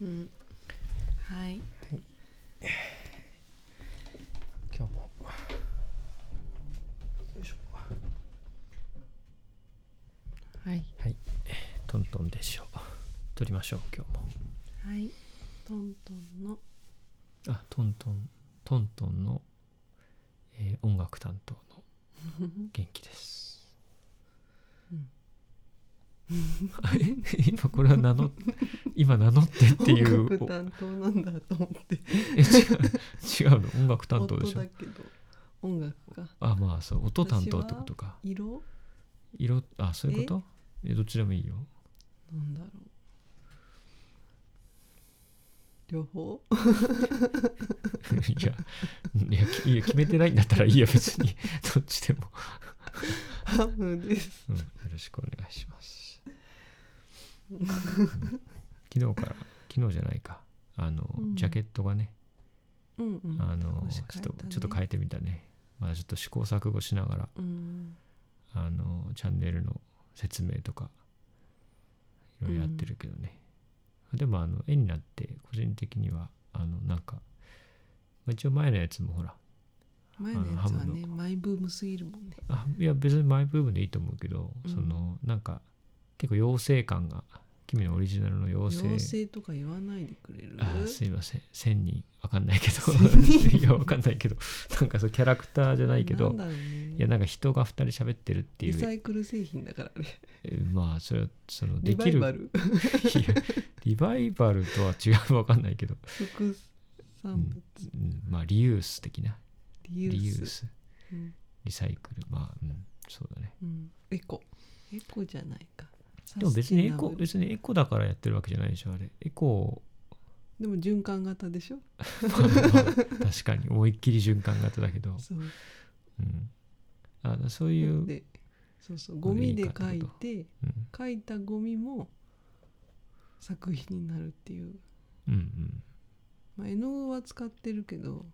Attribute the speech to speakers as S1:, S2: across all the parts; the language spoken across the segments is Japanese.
S1: うんはい
S2: 今日もよいしょ
S1: はい
S2: はいトントンでしょう撮りましょう今日も
S1: はいトントンの
S2: あトントントントンの、えー音楽担当 の元気です、え 今これは名乗っ今名乗ってってい
S1: 音
S2: う
S1: 楽担当なんだと思って
S2: え違う違うの音楽担当でし
S1: 音
S2: ょ
S1: だけど音楽か
S2: あまあそう音担当ってことか
S1: 色
S2: 色あそういうことえどっちでもいいよ
S1: なんだろう両方
S2: いやいやきいや決めてないんだったらいいよ別に どっちでも、
S1: ハムです
S2: うん、よろしくお願いします昨日から昨日じゃないかあの、
S1: うん
S2: ジャケットがね
S1: うんうん
S2: あの、
S1: 少し
S2: ちょっと
S1: 変えたね
S2: ちょっと変えてみたねまだちょっと試行錯誤しながら
S1: うん
S2: あのチャンネルの説明とかいろいろやってるけどね、でもあの絵になって個人的にはあのなんか、まあ、一応前のやつもほら
S1: 前のやつは
S2: あのハ
S1: ねマイブームすぎるもんね
S2: あいや別にマイブームでいいと思うけど、
S1: うん
S2: そのなんか結構妖精感が君のオリジナルの妖精
S1: 妖精とか言わないでくれる
S2: あすいません1000人わかんないけ
S1: 1000
S2: どいやわかんないけどなんかそうキャラクターじゃないけど
S1: んだろうね
S2: いやなんか人が2人喋ってるってい
S1: リサ
S2: う
S1: イクル製品だからね
S2: えまあそれはそので
S1: リバ
S2: き
S1: イ
S2: る
S1: バル
S2: いやリバイバルとは違うわかんないけど、
S1: 副産物
S2: うん、まあリユース的な
S1: リユ
S2: リユ
S1: ー
S2: ー
S1: ス
S2: ス
S1: うん
S2: リサイクルまあうんそうだね
S1: うんエコエコじゃないか
S2: でも別にエコ
S1: サスティナブル
S2: 別にエコだからやってるわけじゃないでしょあれエコ を
S1: でも循環型でしょ
S2: まあまあ確かに思いっきり循環型だけど、
S1: そう
S2: うん、あのそういう、
S1: でそうそうゴミで書いて
S2: うん、
S1: 書いたゴミも作品になるっていう、
S2: うんうん
S1: まあ、絵の具は使ってるけど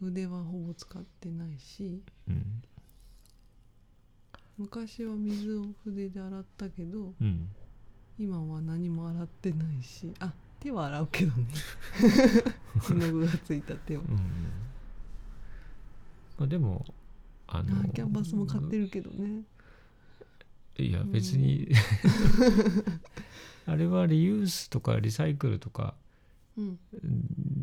S1: 筆はほぼ使ってないし
S2: うん
S1: 昔は水を筆で洗ったけど
S2: うん
S1: 今は何も洗ってないしあ手は洗うけど ね 絵の具がついた手は
S2: うんまあでもあの
S1: あキャンバスも買ってるけどね
S2: いや
S1: うん
S2: 別に、 あれはリユースとかリサイクルとか
S1: うん
S2: う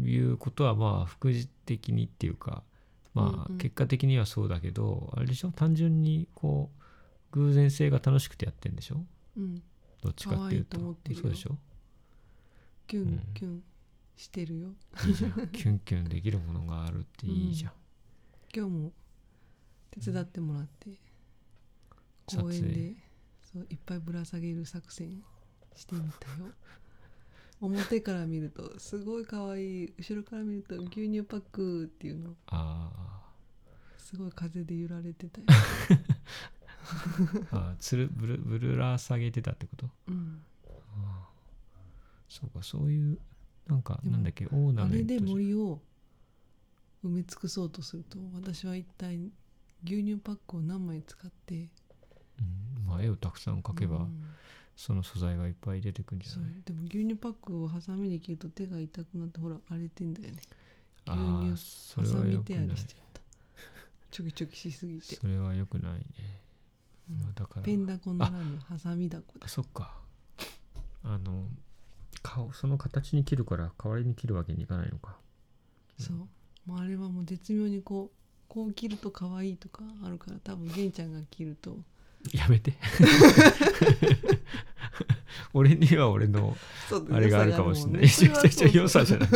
S2: んいうことはまあ副次的にっていうかま
S1: うん
S2: あ
S1: うん
S2: 結果的にはそうだけど、あれでしょ単純にこう偶然性が楽しくてやってんでしょ
S1: うん
S2: どっちかっていうと
S1: 可愛いと思ってるよ
S2: そうでしょ
S1: キュ
S2: うん
S1: ンキュンしてるよ、
S2: いいじゃんキュンキュンできるものがあるっていいじゃん、
S1: 今日も手伝ってもらって、
S2: 撮
S1: 公
S2: 影
S1: 園でそういっぱいぶら下げる作戦してみた よ表から見るとすごい可愛い後ろから見ると牛乳パックっていうの
S2: あ
S1: すごい風で揺られてたよ、
S2: ーあーつるぶるぶるら下げてたってこと
S1: うん、
S2: そうかそういうなんか
S1: でも
S2: なんだっけオーナ
S1: あ
S2: メ
S1: れ
S2: ント
S1: で
S2: じゃ
S1: 森を埋め尽くそうとすると私は一体牛乳パックを何枚使って
S2: うんまあ、絵をたくさん描けば、
S1: うん
S2: その素材がいっぱい出てくるんじゃ
S1: そう
S2: ない
S1: でも牛乳パックをハサミで切ると手が痛くなってほら荒れてんだよね
S2: あ
S1: 牛
S2: ー
S1: 乳
S2: そ
S1: ハ
S2: れ
S1: サ
S2: は
S1: ミ
S2: よく
S1: 手
S2: な
S1: 荒
S2: い
S1: れしちゃったチョキチョキしすぎて、
S2: それはよくないね、
S1: うん
S2: まあだから
S1: ペンダコならぬハサミダコ
S2: あ
S1: だ
S2: そっかあの顔その形に切るから代わりに切るわけにいかないのか
S1: そうもうあれはもう絶妙にこうこう切ると可愛いとかあるから多分玄ちゃんが切ると
S2: やめて俺には俺の
S1: そう
S2: あれがあるかもしれない。
S1: 良
S2: めち
S1: さ
S2: ゃ
S1: が
S2: くちゃ
S1: ある
S2: くちゃ良さじゃない。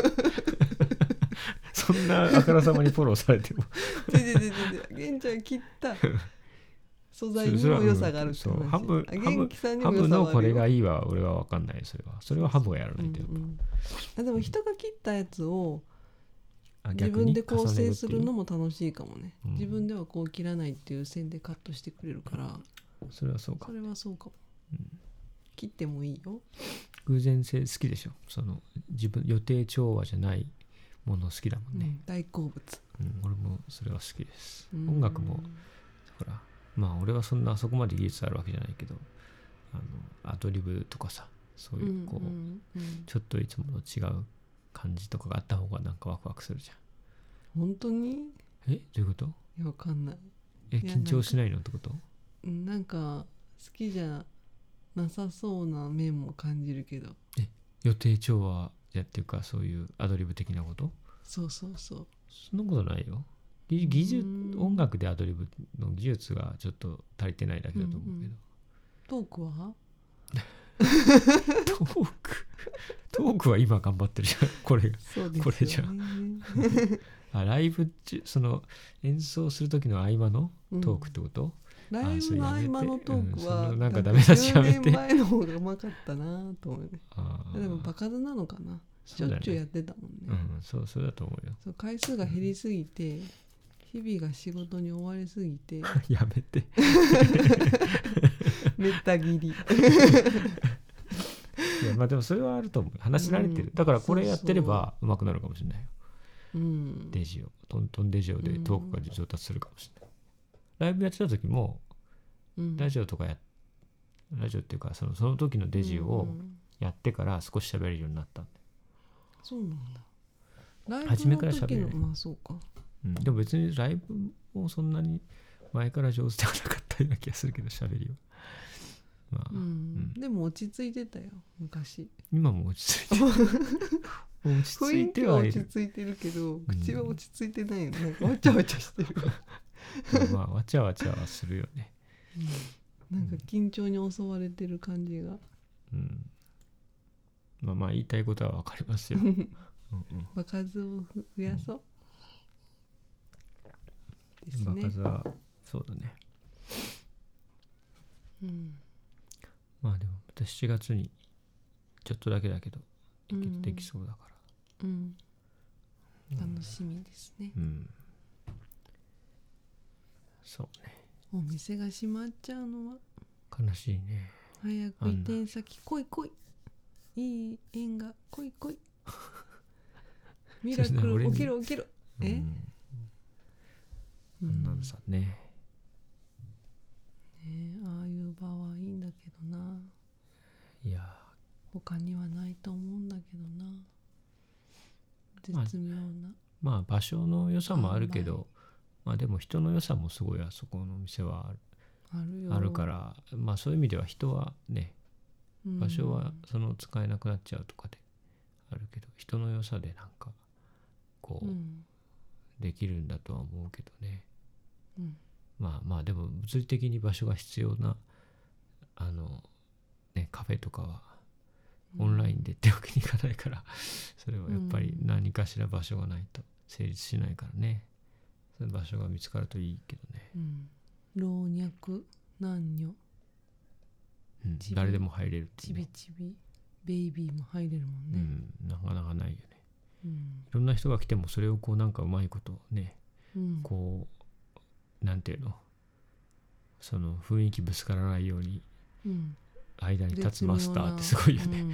S2: そんなあからさまにフォローされても。
S1: もんねででででで玄ちゃん切った素材にも良さがあるって
S2: そ
S1: 話
S2: うハム
S1: あ元気さんに
S2: ハ
S1: も良
S2: ム
S1: さ
S2: の
S1: はあ
S2: こ
S1: る
S2: れ
S1: よ
S2: がいいは俺は分かんない、それは。それはハムをやらないと。
S1: うんうんあでも人が切ったやつを
S2: あ
S1: 自
S2: 逆
S1: 分
S2: に
S1: で構成するの
S2: 重ね
S1: も楽しいかもね、
S2: うん
S1: 自分ではこう切らないっていう線でカットしてくれるから、
S2: るっていうそれはそうか
S1: そ。れはそうかも、
S2: うん
S1: 切ってもいいよ
S2: 偶然性好きでしょ。その自分予定調和じゃないもの好きだもんね。
S1: 大好物、
S2: うん俺もそれは好きです。
S1: うん
S2: 音楽もほらまあ俺はそんなあそこまで技術あるわけじゃないけどあのアドリブとかさそういうこう、
S1: んうんうん
S2: ちょっといつもと違う感じとかがあった方がなんかワクワクするじ
S1: 本当にい
S2: ゃんえどういうこと
S1: やわかんない
S2: え
S1: いやなん
S2: 緊
S1: か
S2: 張しないのってこと
S1: うんなんか好きじゃなさそうな面も感じるけど
S2: 予定調和やっていうかそういうアドリブ的なこと
S1: そうそうそう
S2: そんなことないよ技技術
S1: うん
S2: 音楽でアドリブの技術がちょっと足りてないだけだと思うけど、
S1: トークは
S2: トーク トークは今頑張ってる じゃんこれが
S1: そうですよね
S2: これじゃあライブ中その演奏する時の合間のトークってこと、
S1: ライブの合間のトーク
S2: うん
S1: は、
S2: そのなんかダメ出しやめて
S1: 10年前の方がうまかったなと思うね
S2: ああ
S1: でもバカずなのかなし
S2: そ
S1: ょ
S2: うだ
S1: っ
S2: ね
S1: ちゅうやってたもんね
S2: うんそうそれだと思うよ
S1: そう回数が減りすぎて、日々が仕事に追われすぎて
S2: やめて
S1: めった 切り
S2: いやまあでもそれはあると思う話し慣れてる、だからこれやってればうまくなるかもしれないよ
S1: うん
S2: デジオトントンデジオでトークが上達するかもしれない、ライブやってた時も
S1: うん
S2: ラジオとかやラジオっていうかそのその時のデジ
S1: う
S2: を
S1: んうん
S2: やってから少し喋れるようになったんで、
S1: そうなんだライ
S2: 初め
S1: ブ
S2: から
S1: の
S2: 喋
S1: 時
S2: れ
S1: の
S2: ない
S1: まあそうか
S2: うん、でも別にライブもそんなに前から上手ではなかったような気がするけど喋りはまあ、
S1: うん、でも落ち着いてたよ昔
S2: 今も落ち着いてる落ち
S1: 雰
S2: 着い
S1: 囲気
S2: て
S1: は
S2: はい
S1: 落ち
S2: る
S1: 着いてるけど口は落ち着いてないよねなんかわちゃわち ゃしてる
S2: まあわちゃわちゃはするよね
S1: なんか緊張に襲われてる感じが
S2: うんまあまあ言いたいことはわかりますよ、うんうん
S1: 場数を増やそう、です
S2: バ
S1: ね
S2: カズはそうだね
S1: うん
S2: まあでもまた7月にちょっとだけだけど
S1: うんうん
S2: できそうだから
S1: うん楽しみですね、
S2: うん、そうね
S1: お店が閉まっちゃうのは
S2: 悲しいね
S1: 早く移転先来い来いいい縁が来い 来いミラク
S2: それな俺
S1: ル
S2: に
S1: 起きろ起きろえ
S2: うん、
S1: う
S2: あんなのさね
S1: ねえああいう場はいいんだけどない
S2: やー
S1: 他にはないと思うんだけどな
S2: まあ
S1: 絶妙な、
S2: まあ場所の良さもあるけど、まあでも人の良さもすごいあそこのお店はある
S1: あ、るよ
S2: あるからまあそういう意味では人はね
S1: うん
S2: 場所はその使えなくなっちゃうとかであるけど人の良さでなんかこ
S1: う
S2: うんできるんだとは思うけどね、
S1: うん
S2: まあまあでも物理的に場所が必要なあのねカフェとかはオンラインでってわけにいかないから、 それはやっぱり何かしら場所がないと成立しないからねそういう場所が見つかるといいけどね、
S1: うん、老若男女
S2: うん
S1: ちび
S2: 誰でも入れるってい
S1: ち
S2: う
S1: び
S2: ね、
S1: ちびベイビーも入れるもん
S2: う
S1: ね、
S2: ん、なかなかないよね
S1: うん
S2: いろんな人が来てもそれをこうなんかうまいことね、
S1: うん、
S2: こうなんていうのその雰囲気ぶつからないように
S1: うん、
S2: 間に立つ
S1: 絶妙な
S2: マスターってすごいよね、
S1: うん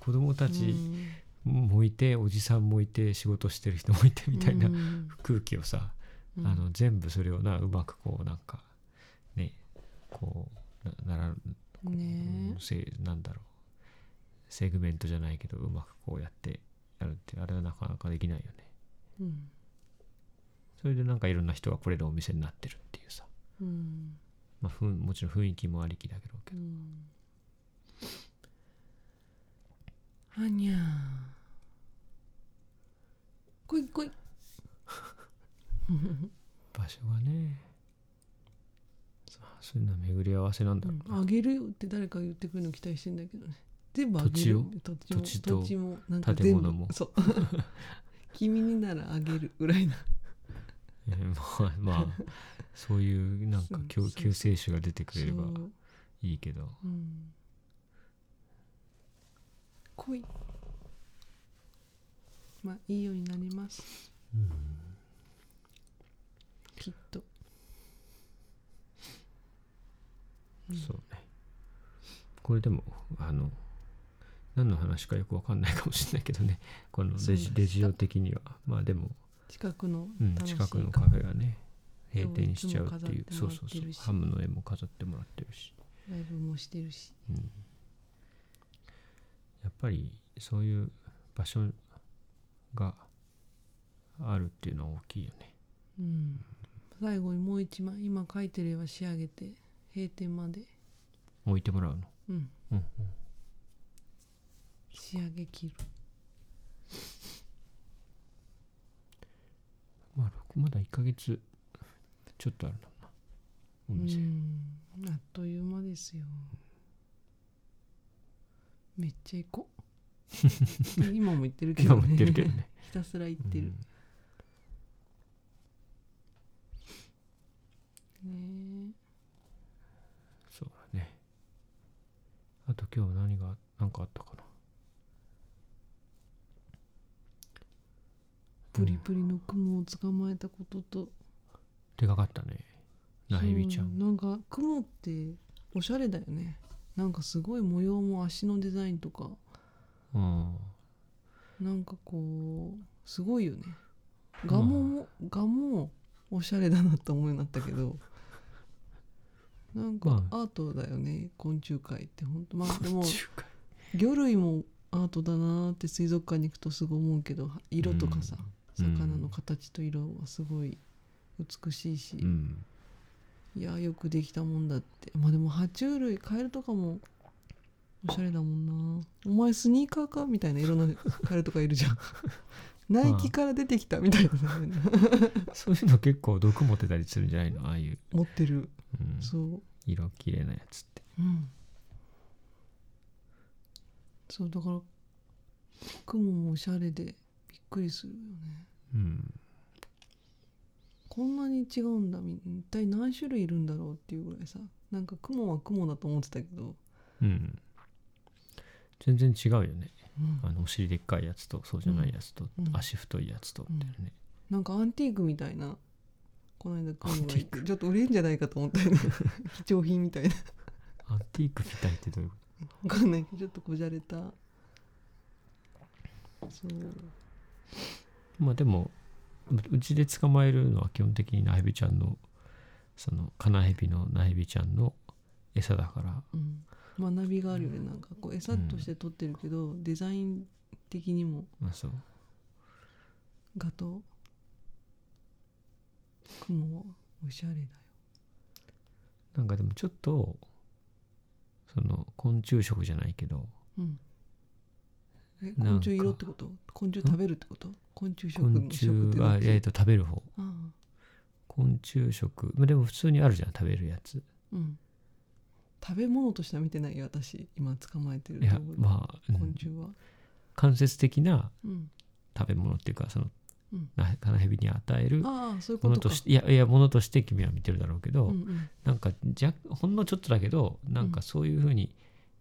S2: 子供たち
S1: うん
S2: もいておじさんもいて仕事してる人もいてみたいな
S1: うん
S2: 空気をさ、
S1: うん
S2: あの全部それをなうまくこうなんかねこうななら
S1: ねえ
S2: せなんだろうセグメントじゃないけどうまくこうやってやるってあれはなかなかできないよね
S1: うん
S2: それでなんかいろんな人が来れるお店になってるっていうさ
S1: うん
S2: まあ、ふんもちろん雰囲気もありきだけど
S1: うんはにゃーこいこい
S2: 場所はねまあそういうのは巡り合わせなんだろうな、
S1: あげるよって誰か言ってくるの期待してんだけどね全部あげる土地
S2: を
S1: も
S2: 土地と
S1: 土地もなんか全
S2: 建
S1: 部
S2: 物も
S1: そう君にならあげるぐらいな
S2: えーまあまあそういうなんか
S1: そう
S2: 救
S1: そう
S2: 救世主が出てく
S1: そ
S2: れれば
S1: う
S2: いいけど
S1: うん来いまあいいようになりますきっとうん
S2: そうねこれでもあの何の話かよくわかんないかもしれないけどね この
S1: そ
S2: デ
S1: うでし
S2: ジ
S1: た
S2: デジオ的にはまあでも、
S1: 近くの
S2: うん、
S1: 楽しい
S2: 近くの
S1: カ
S2: カ
S1: フ
S2: フェがね閉店しちゃうっていう
S1: いつ
S2: そ
S1: も
S2: う
S1: 飾
S2: そう
S1: ってもら
S2: そ
S1: って
S2: う
S1: るし
S2: ハムの絵も飾ってもらってるし、
S1: ライブもしてるし
S2: うんやっぱりそういう場所があるっていうのは大きいよね
S1: うん、最後にもう一枚今書いてれば仕上げて閉店まで、
S2: 置いてもらうの
S1: うん
S2: うんうん
S1: 仕上げ切る
S2: まあ6まだ1ヶ月ちょっとあるんだなお店、
S1: うんあっという間ですよめっちゃ行こ う今も行ってるけ
S2: 今
S1: ど
S2: も
S1: ね
S2: 言ってるけど ね
S1: ひたすら行ってる、ね
S2: そうだねあと今日何が何かあったかな
S1: えプリプリの雲を捕まえたことと
S2: でかかったねなヘビちゃ
S1: そうんなんか雲っておしゃれだよねなんかすごい模様も足のデザインとか
S2: うん
S1: なんかこうすごいよねガモも、ガモおしゃれだなと思うようになった けどなんか
S2: ま
S1: アートだよね昆虫界ってほんとまあでも
S2: 中華
S1: 魚類もアートだなーって水族館に行くとすごい思うけど色とかさ、
S2: うん
S1: 魚の形と色はすごい美しいし、
S2: うん
S1: いやーよくできたもんだってまあでも爬虫類カエルとかもおしゃれだもんなお前スニーカーかみたいないろんなカエルとかいるじゃんナイキから出てきたみたいな、
S2: そういうの結構毒持ってたりするんじゃないのああいう、
S1: 持ってる
S2: うん、
S1: そう
S2: 色綺麗なやつって
S1: うんそうだから雲もおしゃれでびっくりするよね
S2: うん
S1: こんなに違うんだみ一体何種類いるんだろうっていうぐらいさなんか雲は雲だと思ってたけど、
S2: うん全然違うよね
S1: うん
S2: あのお尻でっかいやつとそうじゃないやつと、
S1: うん
S2: 足太いやつとみたいなね、
S1: なんかアンティークみたいなこの間雲が
S2: アンテ
S1: い
S2: ィー
S1: て
S2: ク
S1: ちょっと売れんじゃないかと思った よね貴重品みたいな
S2: アンティークみたいってどういうこ
S1: わかんないけどちょっとこじゃれたそう
S2: とまあでもううちで捕まえるのは基本的にナヘビちゃんのそのカナヘビのナヘビちゃんの餌だから
S1: うん学びがあるよねなんかこう餌として取ってるけど、デザイン的にも
S2: まあそう
S1: ガトー雲はおしゃれだよ
S2: なんかでもちょっとその昆虫食じゃないけど
S1: うん
S2: な
S1: え
S2: んか
S1: 昆虫色ってこと昆虫食べるってこと昆虫食
S2: 昆
S1: の
S2: 虫
S1: 食ってど
S2: は
S1: っ、ち
S2: えー、と食べる方
S1: ああ
S2: 昆虫食まあでも普通にあるじゃん食べるやつ
S1: うん食べ物としては見てないよ私今捕まえてる
S2: いや
S1: ところ
S2: まあ、うん
S1: 昆虫は
S2: 間接的な
S1: うん
S2: 食べ物っていうかその、
S1: うん
S2: なカナヘビに与えるも
S1: ああそういうこ
S2: の
S1: と
S2: と
S1: か
S2: していやいやものとして君は見てるだろうけど、
S1: うんうん
S2: なんかじゃほんのちょっとだけどなんかそういうふうに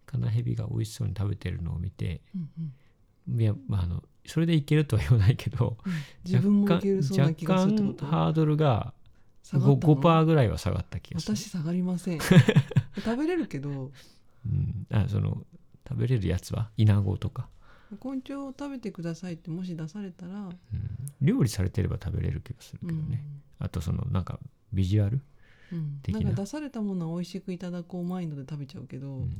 S2: カナヘビが美味しそうに食べてるのを見て、
S1: うんうん
S2: いやまああのそれでいけるとは言わないけど
S1: 自分もい
S2: 若
S1: け
S2: 干
S1: るそうな気がするってこ
S2: 若
S1: と
S2: 干ハードルが
S1: 下が
S2: 5%,
S1: ったの
S2: 5%ぐらいは下がった気がする、
S1: 私下がりません食べれるけど
S2: うん、あその食べれるやつはイナゴとか、
S1: 昆虫を食べてくださいってもし出されたら、
S2: うん、料理されてれば食べれる気がするけ
S1: う
S2: ど
S1: ん
S2: ね、あとそのなんかビジュアル、
S1: うん
S2: 的
S1: な
S2: なん
S1: か出されたものは美味しくいただこうマインドで食べちゃうけど、
S2: うん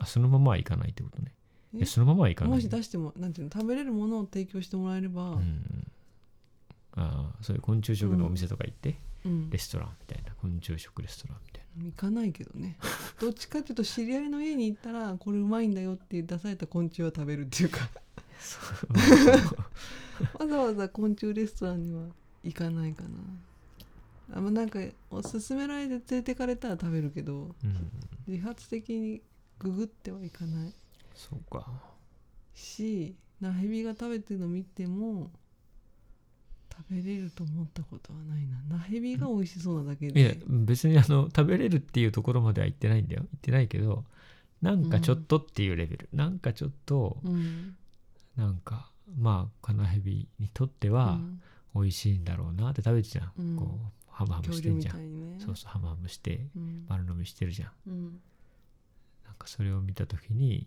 S2: あそのままはいかないってことね
S1: え
S2: いやそのままはいかない
S1: もし出してもなんていうの食べれるものを提供してもらえれば、
S2: うん、ああそういう昆虫食のお店とか行って、
S1: うん
S2: レストランみたいな昆虫食レストランみたいな
S1: 行かないけど ねどっちかっていうと知り合いの家に行ったらこれうまいんだよって出された昆虫は食べるっていうか わざわざ昆虫レストランには行かないかなあまあなんかおすすめられて連れてかれたら食べるけど
S2: うん
S1: 自発的にググってはいかない
S2: そうか
S1: しなヘビが食べてるの見ても食べれると思ったことはないななヘビが美味しそうなだけ
S2: いや
S1: で
S2: 別にあの食べれるっていうところまでは行ってないんだよ行ってないけどなんかちょっとっていうレベル、なんかちょっと、
S1: うん
S2: なんかまあカナヘビにとって
S1: う
S2: は
S1: ん
S2: 美味しいんだろうなって食べてじゃん、
S1: うん
S2: こうハムハム
S1: 恐
S2: して
S1: 竜
S2: ん
S1: み
S2: じゃ
S1: た
S2: ん
S1: いにね
S2: そうそうハムハムして
S1: うん
S2: 丸飲みしてるじゃん
S1: うん
S2: なんかそれを見た時にい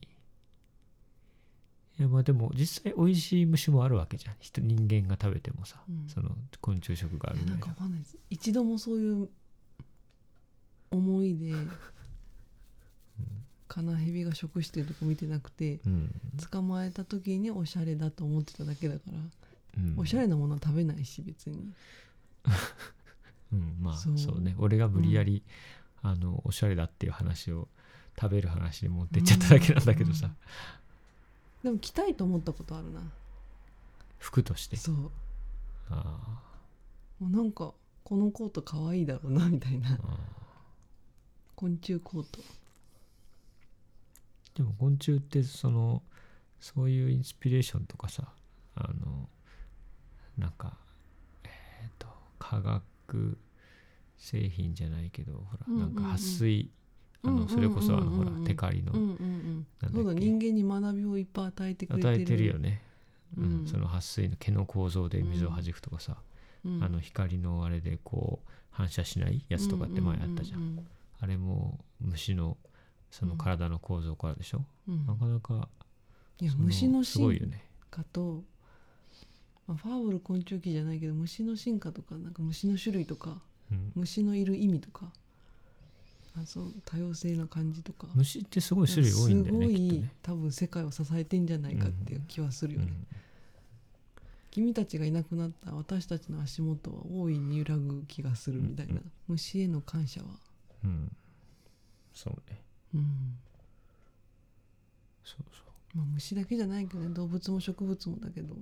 S2: やまあでも実際美味しい虫もあるわけじゃん人人間が食べてもさ、
S1: うん
S2: その昆虫食がある
S1: いや
S2: ぐらい
S1: なんか
S2: だ
S1: わかんないです一度もそういう思いでカナヘビが食してるとこ見てなくて
S2: うん
S1: 捕まえた時におしゃれだと思ってただけだから、
S2: うん、
S1: おしゃれなものは食べないし別に
S2: うんまあ
S1: そ
S2: そううね俺が無理やり、あのおしゃれだっていう話を食べる話に持ってっちゃっただけなんだけどさ、
S1: うんでも着たいと思ったことあるな
S2: 服として
S1: そうも
S2: あ
S1: うなんかこのコート可愛いだろうな みたいな
S2: ーあ
S1: 昆虫コート
S2: ーでも昆虫ってそのそういうインスピレーションとかさあのなんかえっ、と化学製品じゃないけどほら、
S1: うんうんうん
S2: なんか撥水あ
S1: うんうんう
S2: の
S1: んうん
S2: それこそあのほら
S1: うん
S2: テカリの
S1: うんうん
S2: なだっ
S1: うんん
S2: け
S1: そうだ人間に学びをいっぱい与えてくれてる
S2: 与えてるよね、うん
S1: うん
S2: その撥水の毛の構造で水を弾くとかさ、
S1: うん
S2: あの光のあれでこう反射しないやつとかって前あったじゃん,、
S1: うう
S2: あれも虫のその体の構造からでしょ、
S1: うんうん
S2: なかなか
S1: いや
S2: そ
S1: 虫の
S2: すごいよ
S1: 進
S2: ね
S1: 化と、まあ、ファーブル昆虫記じゃないけど虫の進化とかなんか虫の種類とか
S2: うん、
S1: 虫のいる意味とかあそう多様性な感じとか
S2: 虫ってすごい種類多いんだよね
S1: すご
S2: き
S1: い
S2: っとね、
S1: 多分世界を支えてんじゃないかっていう気はするよね、君たちがいなくなった私たちの足元は大いに揺らぐ気がするみたいな、
S2: うんう
S1: 虫への感謝は
S2: うんうんそうね
S1: うん
S2: そうそう
S1: まあ虫だけじゃないけどね動物も植物もだけど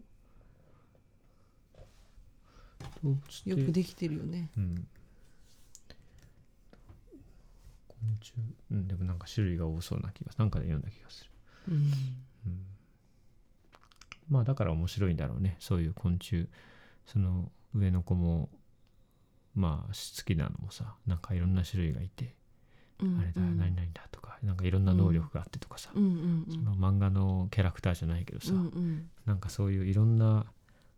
S2: 動物
S1: よくできてるよね
S2: うん昆虫うんでもなんか種類が多そうな気がなんかで読んだ気がする
S1: うん
S2: うんまあだから面白いんだろうねそういう昆虫その上の子もまあ好きなのもさなんかいろんな種類がいて、
S1: うん
S2: あれだ
S1: うん
S2: 何々だとかなんかいろんな能力があってとかさ、
S1: うんうんうん
S2: その漫画のキャラクターじゃないけどさ、
S1: うんうん
S2: なんかそういういろんな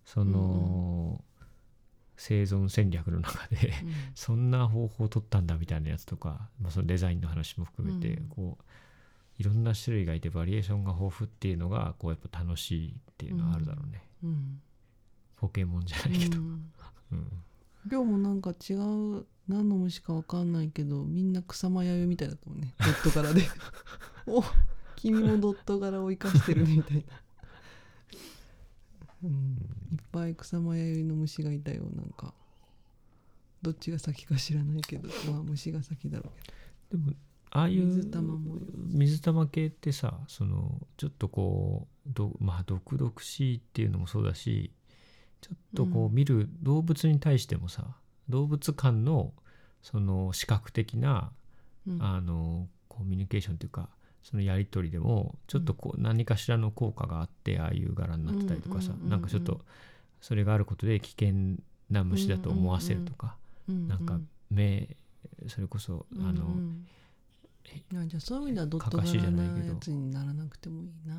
S2: その、生存戦略の中で
S1: うん
S2: そんな方法を取ったんだみたいなやつとか、まあ、そのデザインの話も含めて、
S1: うん
S2: こういろんな種類がいてバリエーションが豊富っていうのがこうやっぱ楽しいっていうのはあるだろうね、
S1: うん
S2: ポケモンじゃないけど、
S1: うん
S2: うん
S1: 今日もなんか違う何の虫かわかんないけどみんな草間弥生みたいだったも んねドット柄でお君もドット柄を生かしてるねみたいな、 うん、いっぱい草間弥生の虫がいたよなんかどっちが先か知らない けどまあ虫が先だろう
S2: で
S1: け
S2: もああいう
S1: 水玉模様
S2: 水玉系ってさそのちょっとこうどまあ毒々しいっていうのもそうだしちょっとこ
S1: う
S2: う見る動物に対してもさ、動物間のその視覚的な
S1: ど、うん
S2: あのコミュニケーションというかそのやり取りでもちょっとこう何かしらの効果があってああいう柄になってたりとかさ
S1: うんうんうんうん
S2: なんかちょっとそれがあることで危険な虫だと思わせるとか
S1: うん
S2: なんか目それこそ
S1: うん
S2: あ
S1: う
S2: の
S1: んあじゃあそういう意味ではドッ
S2: か
S1: ト
S2: かしじ
S1: 柄
S2: ゃないけ
S1: な
S2: ど
S1: やつにならなくてもいいな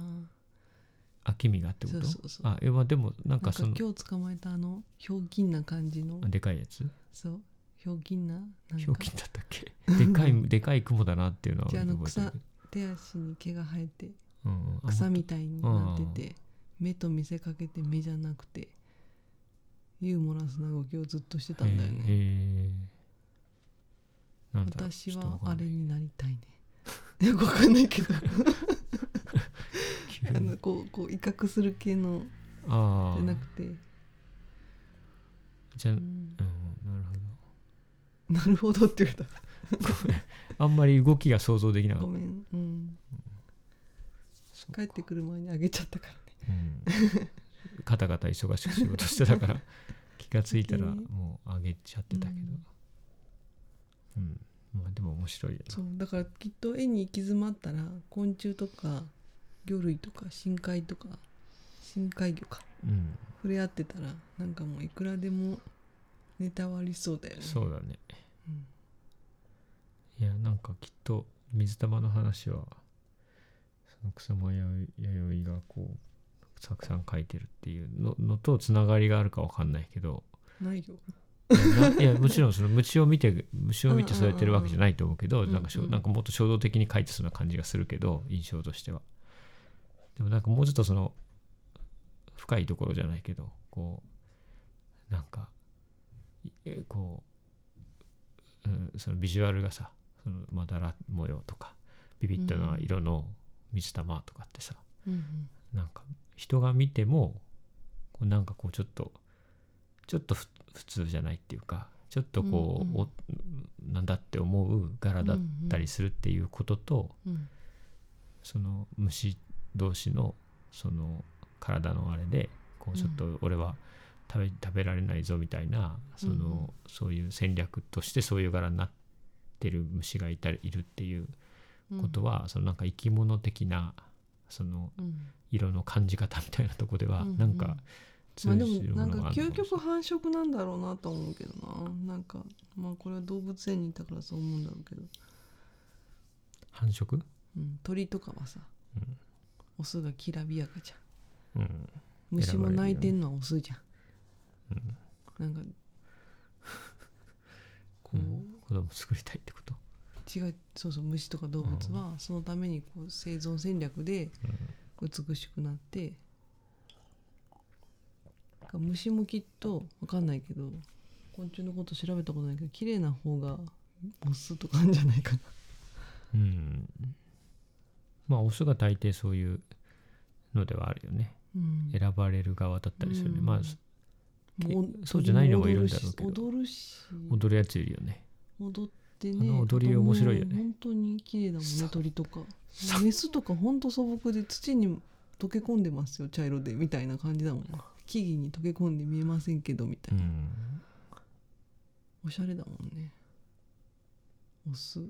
S2: 秋実がってこ
S1: そう
S2: と
S1: そうそう
S2: あいやまあでもなん
S1: な
S2: か
S1: んか
S2: その
S1: 今日捕まえたあのひょうきんな感じの
S2: あでかいやつ
S1: そうひょうきんななん
S2: ひ
S1: か
S2: ょうきんだったっけでかいでかい雲だなっていうのは
S1: じゃああの
S2: 覚えてるけど
S1: 手足に毛が生えて
S2: うんうんあ
S1: 草みたいになってて目と見せかけて目じゃなくてユーモラスな動きをずっとしてたんだよ
S2: へ
S1: ね
S2: えなんだろう
S1: 私
S2: ちょっとわ
S1: は
S2: かん
S1: あ
S2: な
S1: れ
S2: い
S1: になりたいね よくわかんないけど
S2: 急に
S1: あのこうこう威嚇する系の
S2: あ
S1: じゃ
S2: あ
S1: なくて、
S2: じゃあ、う、
S1: うんん
S2: なるほ
S1: なるほどって言われ
S2: どあんまり動きが想像できな
S1: た
S2: か
S1: ご
S2: った
S1: めん、うん、
S2: そう
S1: 帰ってくる前にあげちゃったからね
S2: うん、カタカタ忙しく仕事してたから 気がついたら
S1: いいね
S2: もうあげちゃってたけどうん、まあでも面白いよ
S1: そうだからきっと絵に行き詰まったら昆虫とか魚類とか深海とか深海魚か
S2: なうん
S1: 触れ合ってたらなんかもういくらでもネタはありそうだよね
S2: そうだね
S1: うん
S2: いやなんかきっと水玉の話はその草間彌生弥生がこうたくさん書いてるっていうののとつながりがあるかわかんないけど
S1: ないよ
S2: ないやもちろんその虫を見て虫を見て
S1: うんうんうん
S2: 育てるわけじゃないと思うけど、なんかしょ
S1: うんうん
S2: なんかもっと衝動的に書いてそうな感じがするけど印象としてはでもなんかもうちょっとその深いところじゃないけどこうなんかいえこう、うん、そのビジュアルがさそのまだら模様とかビビッドな色の水玉とかってさ、なんか人が見てもこうなんかこうちょっとちょっとふ普通じゃないっていうかちょっとこう、
S1: うんうん
S2: おなんだって思う柄だったりするっていうことと、
S1: うん
S2: その虫同士のその体のあれでこうちょっと俺は食べ,、食べられないぞみたいなその、
S1: うんうん
S2: そういう戦略としてそういう柄になってる虫がいたりいるっていう
S1: うん
S2: ことは、そのなんか生き物的なその
S1: うん
S2: 色の感じ方みたいなとこでは、
S1: うんうん
S2: なんか通
S1: まあで
S2: じる
S1: も
S2: も
S1: な
S2: の
S1: ん
S2: が
S1: か
S2: あるの
S1: 究
S2: かもしれ
S1: 極繁殖なんだろうなと思うけどななんかまあこれは動物園にいたからそう思うんだろうけど、
S2: 繁殖、
S1: うん、鳥とかはさ、
S2: うん
S1: オスがきらびやかじゃん
S2: うん、
S1: 虫
S2: 選ば
S1: も
S2: れるよね
S1: 泣いてんのはオスじゃん、 なんかこう、
S2: うん子供作りたいってこと、
S1: 違うそうそう虫とか動物はそのためにこう生存戦略で美しくなって、なんか虫もきっと分かんないけど昆虫のこと調べたことないけど綺麗な方がオスとかあるんじゃないかな。
S2: うん、まあオスが大抵そういうのではあるよね、
S1: うん
S2: 選ばれる側だったりするね、
S1: うん
S2: まあ
S1: もう
S2: そうじゃないのもいるんだろうけど
S1: 踊るし踊
S2: 踊
S1: るし
S2: るやついるよね
S1: 踊ってね
S2: あの踊り面白いよね
S1: あともう本当に綺麗だもん
S2: そう
S1: ね鳥とかメスとか本当素朴で土に溶け込んでますよ茶色でみたいな感じだもんな木々に溶け込んで見えませんけどみた
S2: う
S1: いな、
S2: ん
S1: おしゃれだもんねオス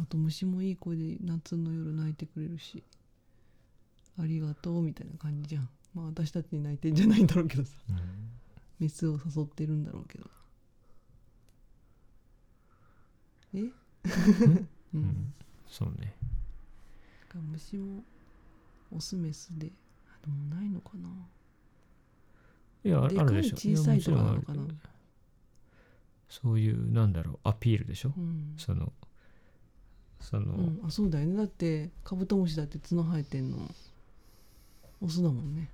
S1: あと虫もいい声で夏の夜泣いてくれるしありがとうみたいな感じじゃんまあ私たちに泣いてんじゃないんだろうけどさメスを誘ってるんだろうけど えう
S2: うん
S1: ん、
S2: そうね
S1: だから虫もオスメスであでもないのかない
S2: やあ
S1: で
S2: あ
S1: か
S2: るで
S1: い
S2: しょ
S1: 小さいとか
S2: や
S1: な
S2: も
S1: の
S2: ち
S1: か
S2: ろん
S1: な
S2: あるそういうなんだろうアピールでしょ、
S1: うん、
S2: そのその、
S1: うん、あそうだよねだってカブトムシだって角生えてんのオスだもんね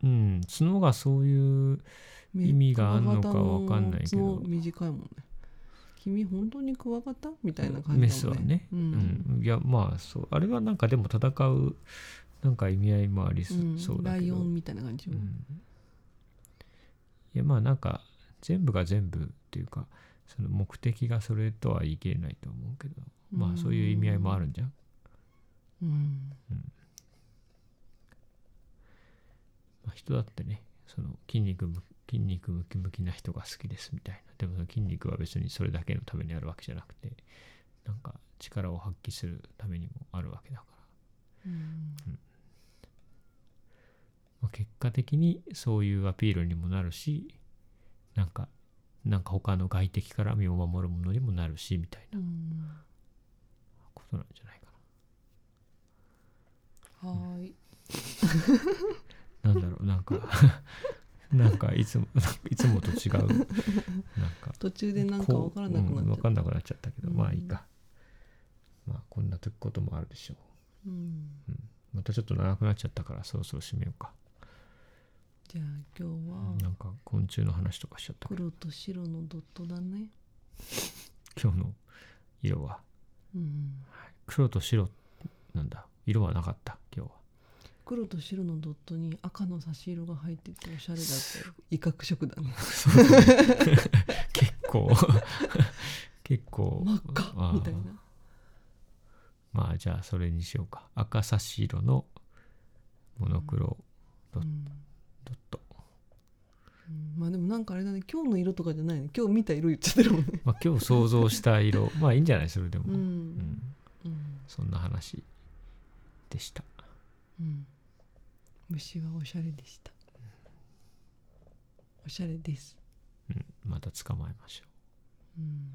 S2: うん、角がそういう
S1: め
S2: 意味があんのかわかんないけど
S1: クワガタの角短いもんね君本当にクワガタみたいな感じだもんね
S2: メスはね、
S1: う
S2: うんんいやまあそうあれはなんかでも戦うなんか意味合いもありそ,、
S1: うん
S2: そうだ
S1: ラ
S2: け
S1: イ
S2: ど
S1: オンみたいな感じ、
S2: うんいやまあなんか全部が全部っていうかその目的がそれとは言い切れないと思うけど、まあそういう意味合いもあるんじゃん
S1: うん
S2: まあ、人だってねその筋肉む筋肉ムキムキな人が好きですみたいなでもその筋肉は別にそれだけのためにあるわけじゃなくてなんか力を発揮するためにもあるわけだから、
S1: うん
S2: まあ、結果的にそういうアピールにもなるしなんかなんか他の外敵から身を守るものにもなるしみたいな
S1: うん
S2: ことなんじゃないか
S1: はーい
S2: ななんだろう なんかなんかいつもなんかいつもと違うなんか
S1: 途中でなんかわからなくなっちゃ
S2: わ
S1: った
S2: かんなくなっちゃったけど、
S1: うん
S2: まあいいかまあこんなこともあるでしょう
S1: うん
S2: またちょっと長くなっちゃったからそろそろ締めようか、
S1: じゃあ今日は
S2: なんか昆虫の話とかしちゃったけど
S1: 黒と白のドットだね
S2: 今日の色は
S1: うん
S2: 黒と白なんだ色はなかった今日は
S1: 黒と白のドットに赤の差し色が入ってておしゃれだった よ威嚇色だね
S2: 結構 結構
S1: 真っ赤
S2: あー
S1: みたいな
S2: まあじゃあそれにしようか赤差し色のモノクロ
S1: う、
S2: うんドット、
S1: うんまあでもなんかあれだね今日の色とかじゃないね今日見た色言っちゃってるもんね
S2: まあ、今日想像した 色まあいいんじゃないそれでも、う
S1: う
S2: んん
S1: うん、
S2: そんな話でした
S1: うん、虫はおしゃれでしたおしゃれです、
S2: うんまた捕まえましょ
S1: うん、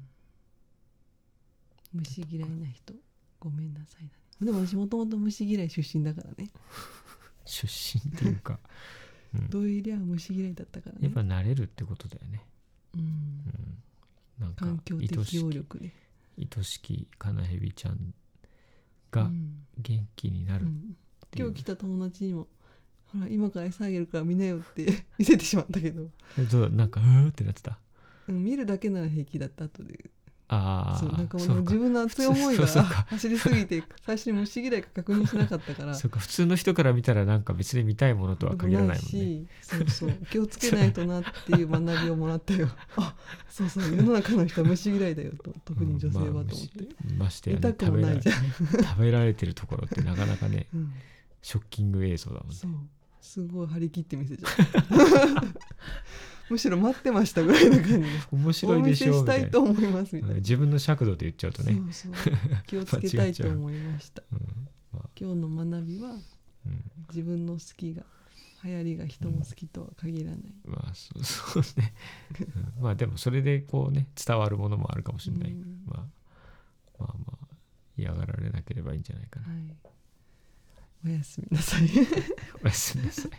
S1: 虫嫌いな人ごめんなさいだねでも私もともと虫嫌い出身だから
S2: う
S1: ね
S2: 出身っていうか
S1: どういうりゃ虫嫌いだったから
S2: やっ
S1: ね
S2: ぱ、慣れるってことだよね、
S1: うん
S2: う、ん、なんか
S1: 環境
S2: 愛
S1: 適
S2: し
S1: 応
S2: き
S1: 力ね
S2: 愛しきカナヘビちゃんが
S1: うん
S2: 元気にな
S1: う
S2: るっ
S1: ん
S2: ていう、
S1: 今日来た友達にも「ほら今から餌あげるから見なよ」って 見せてしまったけど、
S2: えどうなんかうーってなってた
S1: うん、見るだけなら平気だった後で
S2: あ
S1: そうなんか
S2: あ
S1: もう
S2: そうか
S1: 自分の熱い思いが
S2: そうそうか
S1: 走りすぎて最初に虫嫌いか確認しなかったから
S2: そうか普通の人から見たらなんか別に見たいものとは限らないもんね
S1: しそうそう気をつけないとなっていう学びをもらった よあそうそう世の中の人は虫嫌いだよと特に女性はと思って、
S2: うんまあましてや、
S1: 痛
S2: ね、
S1: く
S2: 食
S1: も
S2: べ
S1: な
S2: られ
S1: いじゃん、
S2: 食べられてるところってなかなかね
S1: うん、
S2: ショッキング映像だもんね
S1: そうすごい張り切って見せちゃう むしろ待ってましたぐらいな感じで
S2: 面白
S1: お
S2: いで
S1: 見
S2: し
S1: せ
S2: ょ
S1: し
S2: み
S1: た
S2: たい
S1: い
S2: な
S1: と思いますみた
S2: う
S1: い
S2: ん
S1: な、
S2: 自分の尺度で言っちゃうとね、
S1: そうそう気をつけたいと思いました
S2: うんまあ
S1: 今日の学びは
S2: うん
S1: 自分の好きが流行りが人も好きとは限らない、
S2: まあそう そうね、うんまあでもそれでこうね伝わるものもあるかもしれない、
S1: うん
S2: まあ、まあまあ嫌がられなければいいんじゃないかな
S1: はいおやすみなさい
S2: おやすみなさい